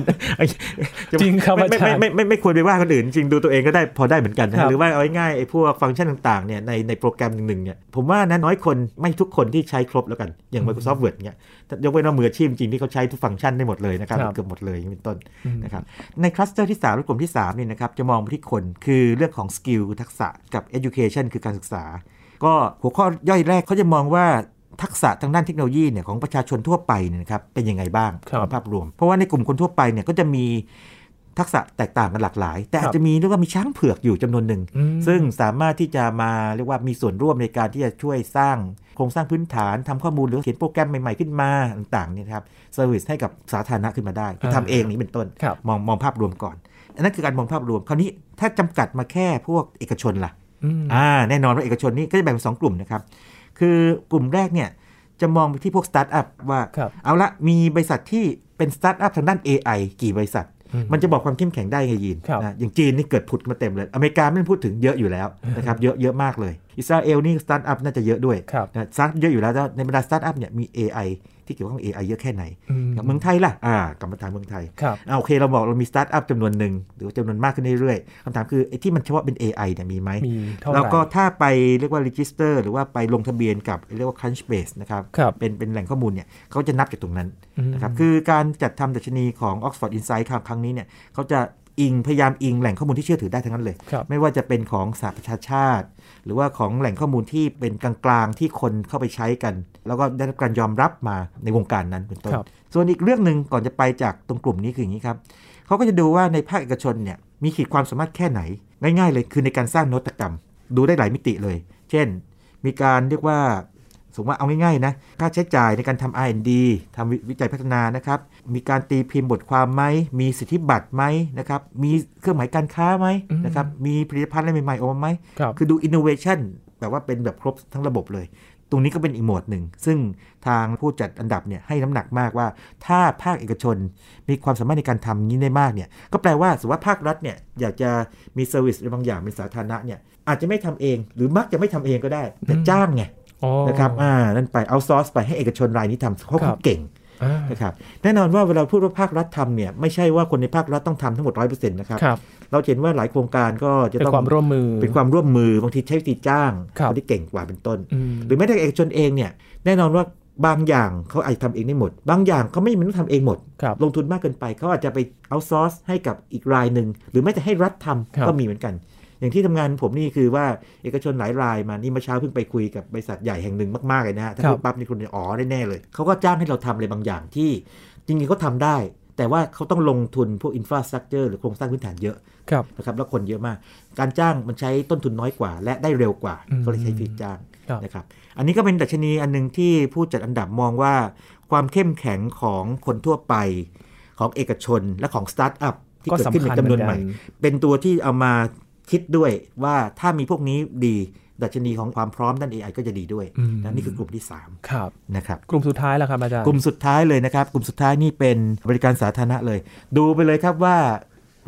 Speaker 1: จริงครับ
Speaker 2: ไม่
Speaker 1: อา
Speaker 2: ไม่
Speaker 1: จารย์
Speaker 2: ไม่ไม่ไม่ไม่ควรไปว่าคนอื่น จริงดูตัวเองก็ได้พอได้เหมือนกัน
Speaker 1: ครั
Speaker 2: นะ
Speaker 1: บ
Speaker 2: หรือว่าเอาง่ายๆไอ้พวกฟังก์ชันต่างๆ เนี่ยในในโปรแกรมหนึ่งๆเนี่ย ผมว่านะน้อยคนไม่ทุกคนที่ใช้ครบแล้วกัน อย่าง Microsoft Word เนี่ยยกเว้นว่ามืออาชีพจริงที่เขาใช้ทุกฟังก์ชันได้หมดเลยนะครับ เกือบหมดเลยอย่างนี้เป็นต้น
Speaker 1: อืม
Speaker 2: นะครับในคลัสเตอร์ที่3หรือกลุ่มที่3เนี่ยนะครับจะมองไปที่คนคือเรื่องของสกิลทักษะกับ education คือการศึกษา ก็หัวข้อย่อยแรกเขาจะมองว่าทักษะทางด้านเทคโนโลยีเนี่ยของประชาชนทั่วไปเนี่ยนะครับเป็นยังไงบ้าง
Speaker 1: ครับ
Speaker 2: ภาพรวม เพราะว่าในกลุ่มคนทั่วไปเนี่ยก็จะมีทักษะแตกต่างกันหลากหลาย แต่อาจจะมีเรียกว่ามีช้างเผือกอยู่จำนวนหนึ่ง
Speaker 1: อืม
Speaker 2: ซึ่งสามารถที่จะมาเรียกว่ามีส่วนร่วมในการที่จะช่วยสร้างโครงสร้างพื้นฐานทำข้อมูลหรือเขียนโปรแกรมใหม่ๆขึ้นมาต่างๆเนี่ยนะครับเซอร์วิสให้กับสาธารณะขึ้นมาได้คือทำเองนี่เป็นต้น
Speaker 1: ครับ
Speaker 2: มองมองภาพรวมก่อน อันนั้นคือการมองภาพรวม คราวนี้ถ้าจำกัดมาแค่พวกเอกชนล่ะ
Speaker 1: อืม
Speaker 2: อ่า แน่นอนว่าเอกชนนี่ก็จะแบ่งเป็นสองกลุ่มนะครับ คือกลุ่มแรกเนี่ยจะมองไปที่พวกสตาร์ทอัพว่า
Speaker 1: ครับ
Speaker 2: เอาละมีบริษัทที่เป็นสตาร์ทอัพทางด้าน AI กี่บริษัท
Speaker 1: อืม
Speaker 2: มันจะบอกความเข้มแข็งได้ไงยีน
Speaker 1: ครับ
Speaker 2: นะอย่างจีนนี่เกิดผุดมาเต็มเลย อเมริกาไม่ต้องพูดถึงเยอะอยู่แล้วนะครับ เยอะเยอะมากเลย อิสราเอลนี่สตาร์ทอัพน่าจะเยอะด้วย
Speaker 1: ครับ
Speaker 2: นะสตาร์ทเยอะอยู่แล้วแล้วในบรรดาสตาร์ทอัพเนี่ยมี AI ที่เกี่ยวข้องกับ AI เยอะแค่ไหน
Speaker 1: อืม
Speaker 2: เมืองไทยล่ะ อ่ากลับมาถามเมืองไทย
Speaker 1: ครับ
Speaker 2: อ่าโอเค เราบอกเรามีสตาร์ทอัพจำนวนหนึ่งหรือว่าจำนวนมากขึ้นเรื่อยๆคำถามคือไอ้ที่มันเฉพาะเป็น AI เนี่ยมีไหม
Speaker 1: มีเท่าไหร่
Speaker 2: แล้วก็ถ้าไปเรียกว่า register หรือว่าไปลงทะเบียนกับเรียกว่า Crunchbase นะครับ
Speaker 1: ครับ
Speaker 2: เป็นเป็นแหล่งข้อมูลเนี่ยเขาจะนับจากตรงนั้น
Speaker 1: อืม
Speaker 2: นะครับคือการจัดทำดัชนีของ Oxford Insight ครั้งครั้งนี้เนี่ยเขาจะอิงพยายามอิงแหล่งข้อมูลที่เชื่อถือได้ทั้งนั้นเลย
Speaker 1: ครับ
Speaker 2: ไม่ว่าจะเป็นของสหประชาชาติ หรือว่าของแหล่งข้อมูลที่เป็นกลางๆที่คนเข้าไปใช้กัน แล้วก็ได้รับการยอมรับมาในวงการนั้นเป็นต้น
Speaker 1: ครับ
Speaker 2: ส่วนอีกเรื่องหนึ่งก่อนจะไปจากตรงกลุ่มนี้คืออย่างนี้ครับเขาก็จะดูว่าในภาคเอกชนเนี่ยมีขีดความสามารถแค่ไหน ง่ายๆเลยคือในการสร้างนวัตกรรม ดูได้หลายมิติเลย เช่น มีการเรียกว่า สมมติว่าเอาง่ายๆนะค่าใช้จ่ายในการทำ R&D ทำวิจัยพัฒนานะครับ มีการตีพิมพ์บทความไหม มีสิทธิบัตรไหมนะครับ มีเครื่องหมายการค้าไหม
Speaker 1: อืม
Speaker 2: นะครับ มีผลิตภัณฑ์อะไรใหม่ๆออกมาไหม
Speaker 1: ครับ
Speaker 2: คือดู innovation แบบว่าเป็นแบบครบทั้งระบบเลย ตรงนี้ก็เป็นอีกโหมดหนึ่ง ซึ่งทางผู้จัดอันดับเนี่ยให้น้ำหนักมากว่า ถ้าภาคเอกชนมีความสามารถในการทำนี้ได้มากเนี่ย ก็แปลว่าสมมติว่าภาครัฐเนี่ยอยากจะมีเซอร์วิสอะไรบางอย่างเป็นสาธารณะเนี่ยอาจจะไม่ทำเอง หรือมักจะไม่ทำเองก็ได้ แต่
Speaker 1: อืม
Speaker 2: จ้างไง
Speaker 1: อ๋อ
Speaker 2: นะครับอ่านั่นไปเอาซอร์สไปให้เอกชนรายนี้ทำเขา
Speaker 1: ครับ
Speaker 2: เก่ง
Speaker 1: อ่า
Speaker 2: นะครับแน่นอนว่าเวลาพูดว่าภาครัฐทำเนี่ยไม่ใช่ว่าคนในภาครัฐต้องทำทั้งหมดร้อยเปอร์เซ็นต์นะครับ
Speaker 1: ครับ
Speaker 2: เราเห็นว่าหลายโครงการก็จะ
Speaker 1: เป็น
Speaker 2: ต้อง
Speaker 1: ความร่วมมือ
Speaker 2: เป็นความร่วมมือบางทีใช้วิธีจ้าง
Speaker 1: ครับ
Speaker 2: นที่เก่งกว่าเป็นต้น
Speaker 1: อืม
Speaker 2: หรือแม้แต่เอกชนเองเนี่ยแน่นอนว่าบางอย่างเขาอาจจะทำเองได้หมด บางอย่างเขาไม่จำเป็นต้องทำเองหมด
Speaker 1: ครับ
Speaker 2: ลงทุนมากเกินไปเขาอาจจะไปเอาซอร์สให้กับอีกรายหนึ่ง หรือแม้แต่ให้รัฐทำ
Speaker 1: ครับ
Speaker 2: ก็มีเหมือนกัน อย่างที่ทำงานผมนี่คือว่าเอกชนหลายรายมานี่เมื่อเช้าเพิ่งไปคุยกับบริษัทใหญ่แห่งหนึ่งมากๆเลยนะฮะถ้าพูดปั๊บนี่คุณจะอ๋อได้แน่เลยเขาก็จ้างให้เราทำอะไรบางอย่างที่จริงๆเขาทำได้ แต่ว่าเขาต้องลงทุนพวกอินฟราสตรักเจอร์หรือโครงสร้างพื้นฐานเยอะ
Speaker 1: ครับ
Speaker 2: นะครับแล้วคนเยอะมาก การจ้างมันใช้ต้นทุนน้อยกว่า และได้เร็วกว่า
Speaker 1: อืม
Speaker 2: ก็เลยใช้ฟรีจ้าง
Speaker 1: ครับ
Speaker 2: นะครับ อันนี้ก็เป็นดัชนีอันหนึงที่ผู้จัดอันดับมองว่า ความเข้มแข็งของคนทั่วไป ของเอกชนและของสตาร์ทอัพที่
Speaker 1: ก็
Speaker 2: เกิดขึ้น
Speaker 1: สำคั
Speaker 2: ใน
Speaker 1: ญ
Speaker 2: จำนวนใหม่
Speaker 1: เหมือนกัน
Speaker 2: เป็นตัวที่เอามาคิดด้วยว่าถ้ามีพวกนี้ดีดัชนีของความพร้อมด้าน AI ก็จะดีด้วย
Speaker 1: อืม
Speaker 2: นะนี่คือกลุ่มที่สาม
Speaker 1: ครับ
Speaker 2: นะครับ
Speaker 1: กลุ่มสุดท้ายแล้วครับอาจารย์
Speaker 2: กลุ่มสุดท้ายเลยนะครับ กลุ่มสุดท้ายนี่เป็นบริการสาธารณะเลย ดูไปเลยครับว่า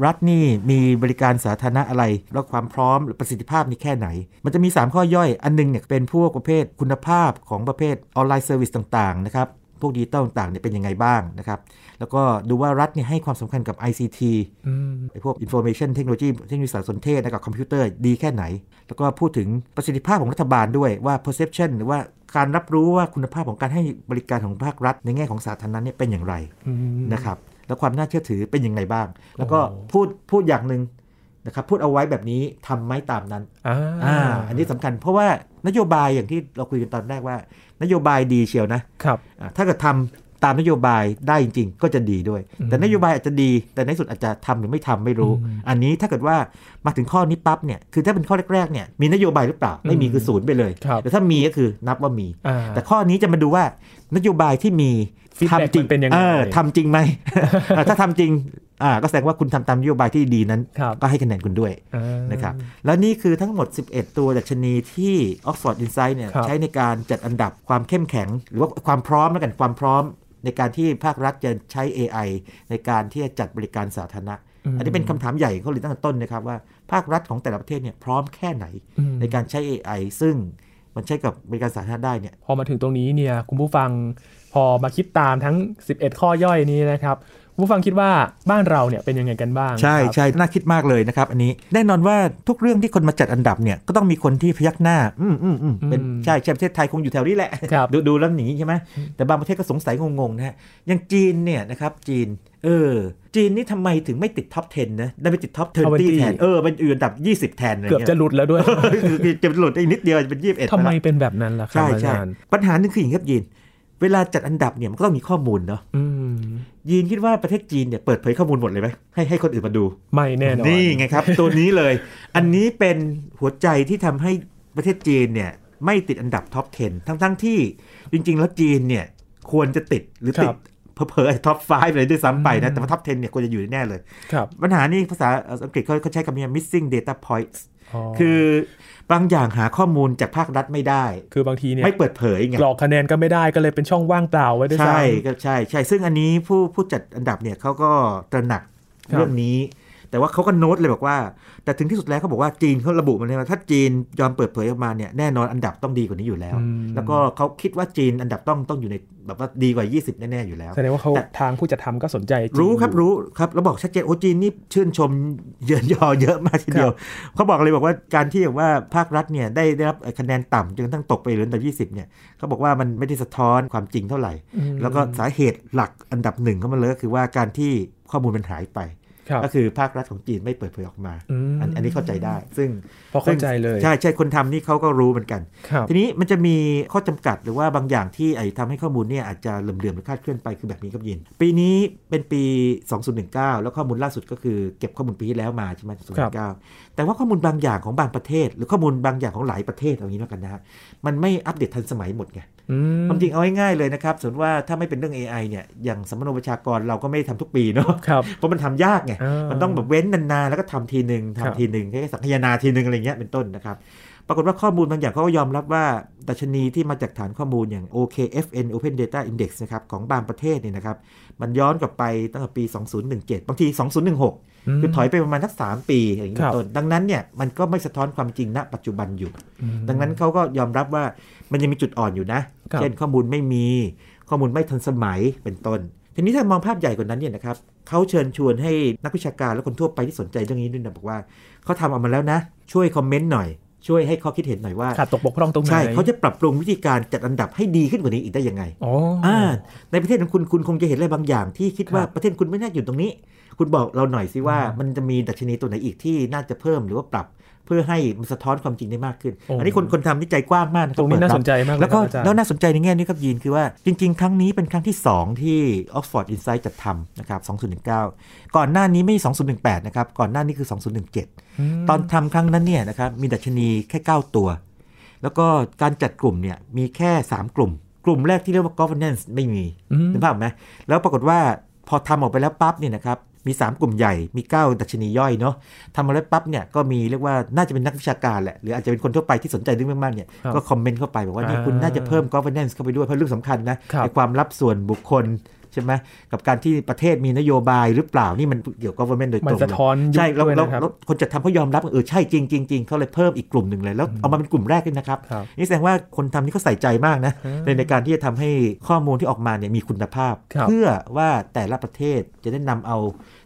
Speaker 2: รัฐนี่มีบริการสาธารณะอะไร แล้วความพร้อมหรือประสิทธิภาพนี่แค่ไหน มันจะมี 3 ข้อย่อยอันหนึงเนี่ยเป็นพวกประเภทคุณภาพของประเภทออนไลน์เซอร์วิสต่างๆนะครับ พวกดิจิตอลต่างๆเนี่ยเป็นยังไงบ้างนะครับ แล้วก็ดูว่ารัฐเนี่ยให้ความสำคัญกับ ICT
Speaker 1: อืม
Speaker 2: ไอ้พวก information technology เทคโนโลยีสารสนเทศนะกับคอมพิวเตอร์ดีแค่ไหน แล้วก็พูดถึงประสิทธิภาพของรัฐบาลด้วยว่า perception หรือว่าการรับรู้ว่าคุณภาพของการให้บริการของภาครัฐ ในแง่ของสาธารณะเนี่ยเป็นอย่างไร
Speaker 1: อืม
Speaker 2: นะครับ แล้วความน่าเชื่อถือเป็นยังไงบ้าง แล้วก็
Speaker 1: โอ้
Speaker 2: พูดพูดอย่างหนึ่งนะครับพูดเอาไว้แบบนี้ทำไหมตามนั้น
Speaker 1: อ่า
Speaker 2: อ่า อันนี้สำคัญเพราะว่านโยบายอย่างที่เราคุยกันตอนแรกว่า นโยบายดีเชียวนะ
Speaker 1: ครับ
Speaker 2: อ่ะถ้าเกิดทำ ตามนโยบายได้จริง ๆ ก็จะดีด้วย แต่นโยบายอาจจะดี แต่ในที่สุดอาจจะทำหรือไม่ทำไม่รู้
Speaker 1: อืม
Speaker 2: อันนี้ถ้าเกิดว่ามาถึงข้อนี้ปั๊บเนี่ยคือถ้าเป็นข้อแรกๆเนี่ยมีนโยบายหรือเปล่าไม่มีคือศูนย์ไปเลย
Speaker 1: ครับ
Speaker 2: แต่ถ้ามีก็คือนับว่ามี
Speaker 1: อ่า
Speaker 2: แต่ข้อนี้จะมาดูว่านโยบายที่มี
Speaker 1: Feedback
Speaker 2: ทำจริ
Speaker 1: มันเป็นยังไง
Speaker 2: ออทำจริงไหม เออถ้าทำจริงอ่าก็แสดงว่าคุณทำตามนโยบายที่ดีนั้น
Speaker 1: ครับ
Speaker 2: ก็ให้คะแนนคุณด้วย
Speaker 1: อ่า
Speaker 2: นะครับแล้วนี่คือทั้งหมด 11 ตัวดัชนีที่ Oxford Insight เนี่ย
Speaker 1: ครับ
Speaker 2: ใช้ในการจัดอันดับความเข้มแข็ง หรือว่าความพร้อมแล้วกันความพร้อม ในการที่ภาครัฐจะใช้ AI ในการที่จะจัดบริการสาธารณะ อันนี้เป็นคำถามใหญ่เขาเลยตั้งแต่ต้นนะครับว่าภาครัฐของแต่ละประเทศเนี่ยพร้อมแค่ไหน
Speaker 1: อืม
Speaker 2: ในการใช้ AI ซึ่งมันใช้กับบริการสาธารณะได้เนี่ย
Speaker 1: พอมาถึงตรงนี้เนี่ยคุณผู้ฟังพอมาคิดตามทั้ง 11 ข้อย่อยนี้นะครับคุณผู้ฟังคิดว่าบ้านเราเนี่ยเป็นยังไงกันบ้าง
Speaker 2: ใช่
Speaker 1: ครับ
Speaker 2: ใช่น่าคิดมากเลยนะครับ อันนี้แน่นอนว่าทุกเรื่องที่คนมาจัดอันดับเนี่ยก็ต้องมีคนที่พยักหน้า อืมอืมอืมเป็น
Speaker 1: อืม
Speaker 2: ใช่ใช่ประเทศไทยคงอยู่แถวนี้แหละ
Speaker 1: ครับ
Speaker 2: ดูดูแล้วหนีใช่ไหมแต่บางประเทศก็สงสัยงงๆนะฮะอย่างจีนเนี่ยนะครับจีน เออ จีนนี่ทำไมถึงไม่ติดท็อป 10 นะได้ไปติดท็อป
Speaker 1: 20
Speaker 2: 20 แทน เออเป็นอยู่อันดับ 20 แทนอะไร
Speaker 1: เกือบ
Speaker 2: เงี้ย
Speaker 1: จะหลุดแล้วด้วย
Speaker 2: เออคือจะหลุดได้นิดเดียวจะเป็น 21ไปละ
Speaker 1: ทำไมเป็นแบบนั้นล่ะครับ
Speaker 2: ใช่
Speaker 1: อา
Speaker 2: ใช่
Speaker 1: จารย์
Speaker 2: ปัญหาหนึ่งคืออย่างนี้ครับยีน เวลาจัดอันดับเนี่ยมันก็ต้องมีข้อมูลเนาะ
Speaker 1: อืม
Speaker 2: ยีนคิดว่าประเทศจีนเนี่ยเปิดเผยข้อมูลหมดเลยไหมให้ให้คนอื่นมาดู
Speaker 1: ไม่แน่นอน
Speaker 2: นี่ไง ครับ ตัวนี้เลย อันนี้เป็นหัวใจที่ทำให้ประเทศจีนเนี่ยไม่ติดอันดับท็อป 10 ทั้งๆทที่จริง ๆ แล้วจีนเนี่ยควรจะติดหรือติ
Speaker 1: ครั
Speaker 2: ด
Speaker 1: บ
Speaker 2: เผลอๆท็อป 5 เลยด้วยซ้ำไป
Speaker 1: อื
Speaker 2: นะ
Speaker 1: ม
Speaker 2: แต่ว่าท็อป 10 เนี่ยควรจะอยู่แน่ๆเลย
Speaker 1: ครับ
Speaker 2: ปัญหานี่ภาษาอังกฤษเขาเขาใช้คำนี้ missing data points
Speaker 1: คื
Speaker 2: คือ อบางอย่างหาข้อมูลจากภาครัฐไม่ได้
Speaker 1: คือบางทีเนี่ย
Speaker 2: ไม่เปิดเผยไง
Speaker 1: กรอกคะแนนก็ไม่ได้ก็เลยเป็นช่องว่างเปล่าไว้ด้วยซ้
Speaker 2: ใช่ก็ใช่ใช่ซึ่งอันนี้ผู้ผู้จัดอันดับเนี่ยเขาก็ตระหนัก
Speaker 1: ครับ
Speaker 2: เรื่องนี้ แต่ว่าเขาก็โน้ตเลยบอกว่า แต่ถึงที่สุดแล้วเขาบอกว่าจีนเขาระบุมาเลยว่าถ้าจีนยอมเปิดเผยออกมาเนี่ยแน่นอนอันดับต้องดีกว่านี้อยู่แล้ว
Speaker 1: อืม
Speaker 2: แล้วก็เขาคิดว่าจีนอันดับต้องต้องอยู่ในแบบว่าดีกว่า 20 แน่ๆอยู่แล้ว
Speaker 1: ำแสดงว่าเขา
Speaker 2: แต่
Speaker 1: ทางผู้จัดทำก็สนใจจง
Speaker 2: รู้ครับ
Speaker 1: อยู่
Speaker 2: รู้ครับแล้วบอกชัดเจนโอ้จีนนี่ชื่นชมเยินยอเยอะมากทีเดียวเขาบอกเลยบอกว่าการที่แบบว่าภาครัฐเนี่ยได้ได้รับคะแนนต่ำจนกระทั่งตกไปเหลืออันดับ20เนี่ยเขาบอกว่ามันไม่ได้สะท้อนความจริงเท่าไหร่
Speaker 1: อืม
Speaker 2: แล้วก็สาเหตุหลักอันดับหนึ่งก็มันเลยก็คือว่าการที่ข้อมูลมันหายไป
Speaker 1: ครับ
Speaker 2: ก็คือภาครัฐของจีนไม่เปิดเผยออกมา
Speaker 1: อืม
Speaker 2: นอันนี้เข้าใจได้ ซึ่ง
Speaker 1: พอเข้าใจเลย
Speaker 2: ใช่ใช่คนทำนี่เขาก็รู้เหมือนกัน
Speaker 1: ครับ
Speaker 2: ทีนี้มันจะมีข้อจำกัดหรือว่าบางอย่างที่ไอ้ทำให้ข้อมูลเนี่ยอาจจะเหลื่อมๆหรือคลาดเคลื่อนไปคือแบบนี้ครับยิน ปีนี้เป็นปี 2019 แล้วข้อมูลล่าสุดก็คือเก็บข้อมูลปีที่แล้วมาใช่ไหม2019 แต่ว่าข้อมูลบางอย่างของบางประเทศ หรือข้อมูลบางอย่างของหลายประเทศเอางี้แล้วกันนะฮะมันไม่อัปเดตทันสมัยหมดไง
Speaker 1: อืม
Speaker 2: ความจริงเอาง่ายๆเลยนะครับ สมมติว่าถ้าไม่เป็นเรื่อง AI เนี่ย อย่างสมมโนประชากรเราก็ไม่ทำทุกปีเนาะ
Speaker 1: ครับ
Speaker 2: เพราะมันทำยากไง
Speaker 1: อ่ามั
Speaker 2: มันต้องแบบเว้นนานๆ แล้วก็ทำทีหนึ่ง
Speaker 1: ครับ
Speaker 2: ทำทีหนึ่งแค่สังคายนาทีหนึ่งอะไรเงี้ยเป็นต้นนะครับ ปรากฏว่าข้อมูลบางอย่างเขาก็ยอมรับว่า ดัชนีที่มาจากฐานข้อมูลอย่าง OKFN Open Data Index นะครับของบางประเทศเนี่ยนะครับ มันย้อนกลับไปตั้งแต่ปี 2017 บางที 2016 คือถอยไปประมาณสัก 3 ปีอย่างนี้ย
Speaker 1: ครับ
Speaker 2: เป็นต้น ดังนั้นเนี่ยมันก็ไม่สะท้อนความจริงณปัจจุบันอยู่
Speaker 1: อืม
Speaker 2: ดังนั้นเขาก็ยอมรับว่ามันยังมีจุดอ่อนอยู่นะ
Speaker 1: ครับ
Speaker 2: เช่นข้อมูลไม่มี ข้อมูลไม่ทันสมัยเป็นต้น ทีนี้ถ้ามองภาพใหญ่กว่านั้นเนี่ยนะครับเขาเชิญชวนให้นักวิชาการและคนทั่วไปที่สนใจเรื่องนี้ด้วยนะบอกว่าเขาทำออกมาแล้วนะ ช่วยคอมเมนต์หน่อย ช่วยให้ข้อคิดเห็นหน่อยว่า
Speaker 1: ขาดตกบกพร่องตรงไหน
Speaker 2: ใช่เขาจะปรับปรุงวิธีการจัดอันดับให้ดีขึ้นกว่านี้อีกได้ยังไง
Speaker 1: อ๋ออ
Speaker 2: อ่าในประเทศของคุณคุณคงจะเห็นอะไรบางอย่างที่คิดว่า
Speaker 1: ครับ
Speaker 2: ประเทศคุณไม่น่าอยู่ตรงนี้ คุณบอกเราหน่อยสิว่า
Speaker 1: อืม
Speaker 2: มันจะมีดัชนีตัวไหนอีกที่น่าจะเพิ่มหรือว่าปรับ เพื่อให้มันสะท้อนความจริงได้มากขึ้น
Speaker 1: โอ้
Speaker 2: อันนี้คนคนทำนี่ใจกว้างมากะค
Speaker 1: ตร
Speaker 2: บ
Speaker 1: งนี้น่าสน
Speaker 2: เปิดบ
Speaker 1: ใจมากเลย
Speaker 2: แล้วก็
Speaker 1: ครับอาจารย์
Speaker 2: แล้วน่าสนใจในแง่นี้ครับยีนคือว่าจริง ๆ ครั้งนี้เป็นครั้งที่ 2 ที่ Oxford Insight จัดทำนะครับ 2019 ก่อนหน้านี้ไม่ 2018 นะครับ ก่อนหน้านี้คือ 2017
Speaker 1: ม
Speaker 2: ตอนทำครั้งนั้นเนี่ยนะครับมีดัชนีแค่ 9 ตัว แล้วก็การจัดกลุ่มเนี่ยมีแค่ 3 กลุ่ม กลุ่มแรกที่เรียกว่า governance ไม่มี
Speaker 1: อืม
Speaker 2: เห็นภาพไหมแล้วปรากฏว่าพอทำออกไปแล้วปั๊บเนี่ยนะครับมี 3 กลุ่มใหญ่มี 9 ดัชนีย่อยเนาะทำมาแล้วปั๊บเนี่ยก็มีเรียกว่าน่าจะเป็นนักวิชาการแหละหรืออาจจะเป็นคนทั่วไปที่สนใจเรื่องมากๆเนี่ย
Speaker 1: ครับ
Speaker 2: ก็คอมเมนต์เข้าไปบอกว่าเนี่ย
Speaker 1: อ่า
Speaker 2: คุณน่าจะเพิ่ม governance เข้าไปด้วยเพราะเรื่องสำคัญนะครับ ไอ้ความลับส่วนบุคคลใช่ไหมกับการที่ประเทศมีนโยบายหรือเปล่านี่มันเกี่ยวกับ government โดยตรง
Speaker 1: มันสะ
Speaker 2: เลย
Speaker 1: ท้อนยุค
Speaker 2: ใช่แล้ว
Speaker 1: ด้วย
Speaker 2: แล้ว
Speaker 1: นะครับ
Speaker 2: แล้วคนจัดทำเขายอมรับว่าเออใช่จริงจริงจริงเขาเลยเพิ่มอีกกลุ่มหนึ่งเลย แล้วเอามาเป็นกลุ่มแรกด้วยนะครับ
Speaker 1: ครับ
Speaker 2: นี่แสดงว่าคนทำนี่เขาใส่ใจมากนะในในการที่จะทำให้ข้อมูลที่ออกมาเนี่ยมีคุณภาพ
Speaker 1: ครับ
Speaker 2: เพื่อว่าแต่ละประเทศจะได้นำเอา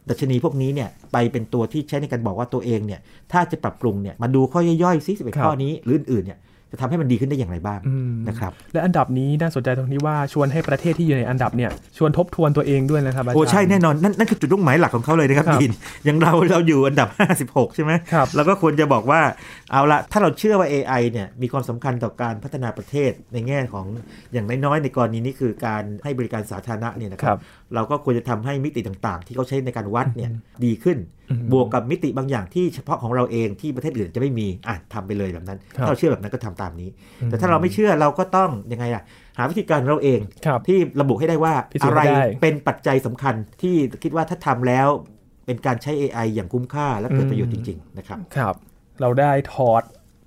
Speaker 2: ดัชนีพวกนี้เนี่ยไปเป็นตัวที่ใช้ในการบอกว่าตัวเองเนี่ยถ้าจะปรับปรุงเนี่ยมาดูข้อย่อยๆซิสิบเอ็ดข้อนี้หรืออื่นๆเนี่ย จะทำให้มันดีขึ้นได้อย่างไรบ้าง
Speaker 1: อืม
Speaker 2: นะครับ
Speaker 1: และอันดับนี้น่าสนใจตรงที่ว่าชวนให้ประเทศที่อยู่ในอันดับเนี่ยชวนทบทวนตัวเองด้วยนะครับาจารย์
Speaker 2: โอ้ใช่แน่นอนนั่นนั่นคือจุดมุ่งหมายหลักของเขาเลยนะครับ
Speaker 1: ครับ
Speaker 2: ยินอย่างเราเราอยู่อันดับ 56 ใช่ไหม
Speaker 1: ครับ
Speaker 2: เราก็ควรจะบอกว่าเอาละถ้าเราเชื่อว่า AI เนี่ยมีความสำคัญต่อการพัฒนาประเทศในแง่ของอย่างน้อยๆในกรณีนี้คือการให้บริการสาธารณะเนี่ยนะค
Speaker 1: ครับ รับ
Speaker 2: เราก็ควรจะทำให้มิติต่างๆ ที่เขาใช้ในการวัดเนี่ยดีขึ้น
Speaker 1: อืม
Speaker 2: บวกกับมิติบางอย่างที่เฉพาะของเราเองที่ประเทศอื่นจะไม่มีอ่ะทำไปเลยแบบนั้น
Speaker 1: ครับ
Speaker 2: ถ้าเราเชื่อแบบนั้นก็ทำตามนี้ แต่ถ้าเราไม่เชื่อเราก็ต้องยังไงล่ะ หาวิธีการเราเอง
Speaker 1: ครับ
Speaker 2: ที่ระบุให้ได้ว่า
Speaker 1: พิสูจ
Speaker 2: อะ
Speaker 1: น์
Speaker 2: ไร
Speaker 1: ให้ได้
Speaker 2: เป็นปัจจัยสำคัญที่คิดว่าถ้าทำแล้วเป็นการใช้ AI อย่างคุ้มค่าและเกิดประโยชน์จ
Speaker 1: อืม
Speaker 2: ริง ๆ นะครับ
Speaker 1: ครับ เราได้ถอด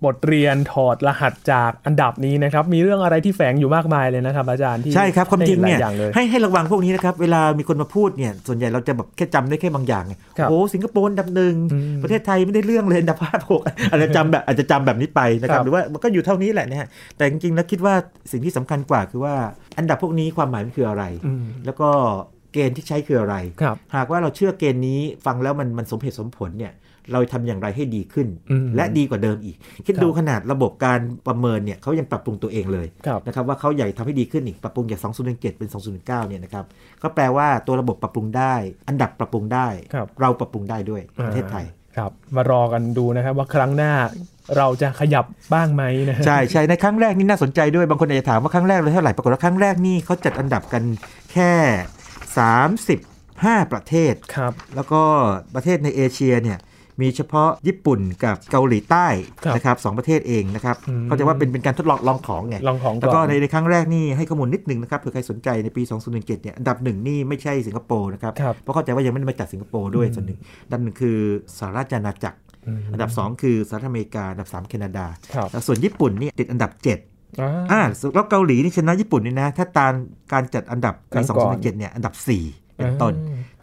Speaker 1: บทเรียนถอดรหัสจากอันดับนี้นะครับ มีเรื่องอะไรที่แฝงอยู่มากมายเลยนะครับ อาจารย์ที่
Speaker 2: ใช่ครับความจริงเนี่ย
Speaker 1: ได้ห็หลาอย่างเลย
Speaker 2: ให้ให้ระวังพวกนี้นะครับ เวลามีคนมาพูดเนี่ยส่วนใหญ่เราจะแบบแค่จำได้แค่บางอย่างไง
Speaker 1: ครับ
Speaker 2: โอ้สิงคโปร์อันดับหนึ่ง
Speaker 1: อืม
Speaker 2: ประเทศไทยไม่ได้เรื่องเลยอันดับห้าหก อาจจะจำแบบอาจจะจำแบบนี้ไปนะครั
Speaker 1: ครับ บ
Speaker 2: หรือว่ามันก็อยู่เท่านี้แหละนะฮะแต่จริงๆแล้วคิดว่าสิ่งที่สำคัญกว่าคือว่าอันดับพวกนี้ความหมายมันคืออะไร
Speaker 1: อืม
Speaker 2: แล้วก็เกณฑ์ที่ใช้คืออะไร
Speaker 1: ครับ
Speaker 2: หากว่าเราเชื่อเกณฑ์นี้ฟังแล้วมันมันสมเหตุสมผลเนี่ยเราทำอย่างไรให้ดีขึ้น
Speaker 1: อืม
Speaker 2: และดีกว่าเดิมอีก คิด
Speaker 1: ครับ
Speaker 2: ดูขนาดระบบการประเมินเนี่ยเขายังปรับปรุงตัวเองเลย
Speaker 1: ครับ
Speaker 2: นะครับว่าเขาใหญ่ทำให้ดีขึ้นอีกปรับปรุงจาก 2017 เป็น 2019 เนี่ยนะครับก็แปลว่าตัวระบบปรับปรุงได้ อันดับปรับปรุงได้
Speaker 1: ครับ
Speaker 2: เราปรับปรุงได้ด้วยประเทศไทย
Speaker 1: ครับ มารอกันดูนะครับ ว่าครั้งหน้าเราจะขยับบ้างไหมนะฮะ
Speaker 2: ใช่ใช่ในครั้งแรกนี่น่าสนใจด้วยบางคนอาจจะถามว่าครั้งแรกเลยเท่าไหร่ปรากฏว่าครั้งแรกนี่เขาจัดอันดับกันแค่ 35 ประเทศ
Speaker 1: ครับ
Speaker 2: แล้วก็ประเทศในเอเชียเนี่ยมีเฉพาะญี่ปุ่นกับเกาหลีใต้
Speaker 1: ครับ
Speaker 2: นะครับสองประเทศเองนะครับ
Speaker 1: อืม
Speaker 2: เขาใจะว่าเป็นเป็นการทดลองลองของไง
Speaker 1: ลองของ
Speaker 2: แล้วก็
Speaker 1: อน
Speaker 2: ในในครั้งแรกนี่ให้ข้อมูลนิดหนึ่งนะครับเผื่อใครสนใจในปี 2017 เนี่ยอันดับหนึ่งนี่ไม่ใช่สิงคโปร์นะครับ
Speaker 1: ครับ
Speaker 2: เพราะเข้าใจว่ายังไม่ได้มาจัดสิงคโปร์ด้วย
Speaker 1: อืม
Speaker 2: ส่วนหนึ่งอันดับหนึ่งคือสหราชอาณาจักร
Speaker 1: ม
Speaker 2: อันดับ 2 คือสหรัฐอเมริกา อันดับ 3 แคนาดา
Speaker 1: ครับ
Speaker 2: แล้วส่วนญี่ปุ่นนี่ติดอันดับ 7
Speaker 1: อ่า
Speaker 2: อ่าแล้วเกาหลีนี่ชนะญี่ปุ่นนี่นะ ถ้าตามการจัดอันดับ
Speaker 1: ครั้
Speaker 2: ปี
Speaker 1: งก่อน
Speaker 2: 2017 เนี่ยอันดับ 4 เป็นต้น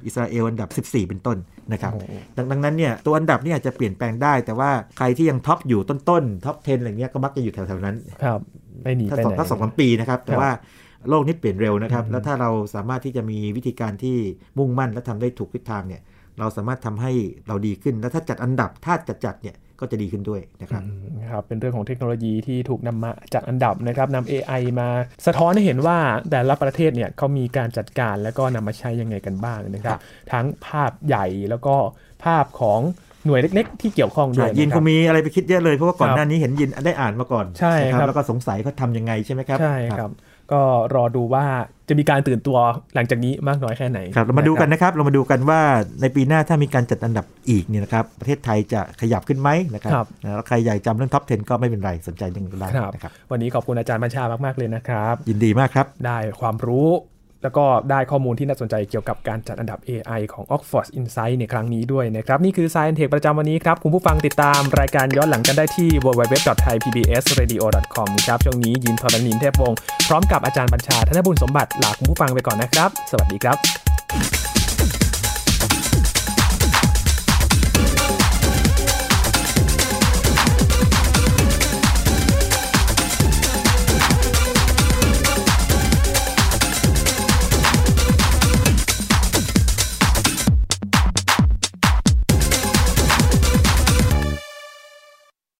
Speaker 2: อิสราเอลอันดับ 14 เป็นต้นนะครับ
Speaker 1: โอ้โห
Speaker 2: ดังดังนั้นเนี่ยตัวอันดับนี่อาจจะเปลี่ยนแปลงได้ แต่ว่าใครที่ยังท็อปอยู่ต้นๆท็อป 10 อะไรเงี้ยก็มักจะอยู่แถวๆนั้น
Speaker 1: ครับไม่หนี
Speaker 2: ถ้า
Speaker 1: ไป
Speaker 2: สอง
Speaker 1: ไหน
Speaker 2: ถ้าสองสามปีนะครับ
Speaker 1: ค
Speaker 2: แต่
Speaker 1: รับ
Speaker 2: ว่าโลกนี้เปลี่ยนเร็วนะครับ
Speaker 1: อืม
Speaker 2: แล้วถ้าเราสามารถที่จะมีวิธีการที่มุ่งมั่นและทำได้ถูกทิศทางเนี่ย เราสามารถทำให้เราดีขึ้น แล้วถ้าจัดอันดับถ้าจัดจัดเนี่ยก็จะดีขึ้นด้วยนะครับ
Speaker 1: อืมครับเป็นเรื่องของเทคโนโลยีที่ถูกนำมาจัดอันดับนะครับนำ AI มาสะท้อนให้เห็นว่าแต่ละประเทศเนี่ยเขามีการจัดการแล้วก็นำมาใช้ยังไงกันบ้างนะครับ
Speaker 2: ครับ
Speaker 1: ทั้งภาพใหญ่แล้วก็ภาพของหน่วยเล็กๆ ที่เกี่ยวข้องด้วย
Speaker 2: ยิน
Speaker 1: นะค
Speaker 2: ครับ งมีอะไรไปคิดเยอะเลยเพราะว่าก่อน
Speaker 1: ครับ
Speaker 2: หน้านี้เห็นยินได้อ่านมาก่อน
Speaker 1: ใช่
Speaker 2: นะครับ แล้วก็สงสัยเขาทำยังไงใช่ไหมครับ
Speaker 1: ใช่ครับ ก็รอดูว่าจะมีการตื่นตัวหลังจากนี้มากน้อยแค่ไหน
Speaker 2: ครับเรามาดูกันนะครับเรามาดูกันว่าในปีหน้าถ้ามีการจัดอันดับอีกเนี่ยนะครับประเทศไทยจะขยับขึ้นไหมนะครับ
Speaker 1: ครับ
Speaker 2: นะแล้วใครใหญ่จำเรื่องท็อป 10 ก็ไม่เป็นไรสนใจยังไงก็ได้
Speaker 1: ครับ
Speaker 2: นะครับ
Speaker 1: วันนี้ขอบคุณอาจารย์บัญชามากๆเลยนะครับ
Speaker 2: ยินดีมากครับ
Speaker 1: ได้ความรู้แล้วก็ได้ข้อมูลที่น่าสนใจเกี่ยวกับการจัดอันดับ AI ของ Oxford Insight ในครั้งนี้ด้วยนะครับ นี่คือ Science Tech ประจำวันนี้ครับ คุณผู้ฟังติดตามรายการย้อนหลังกันได้ที่ www.thaipbsradio.com ครับ ช่วงนี้ยินทรณินเทพวงศ์พร้อมกับอาจารย์บัญชาธนบุญสมบัติลาคุณผู้ฟังไปก่อนนะครับ สวัสดีครับ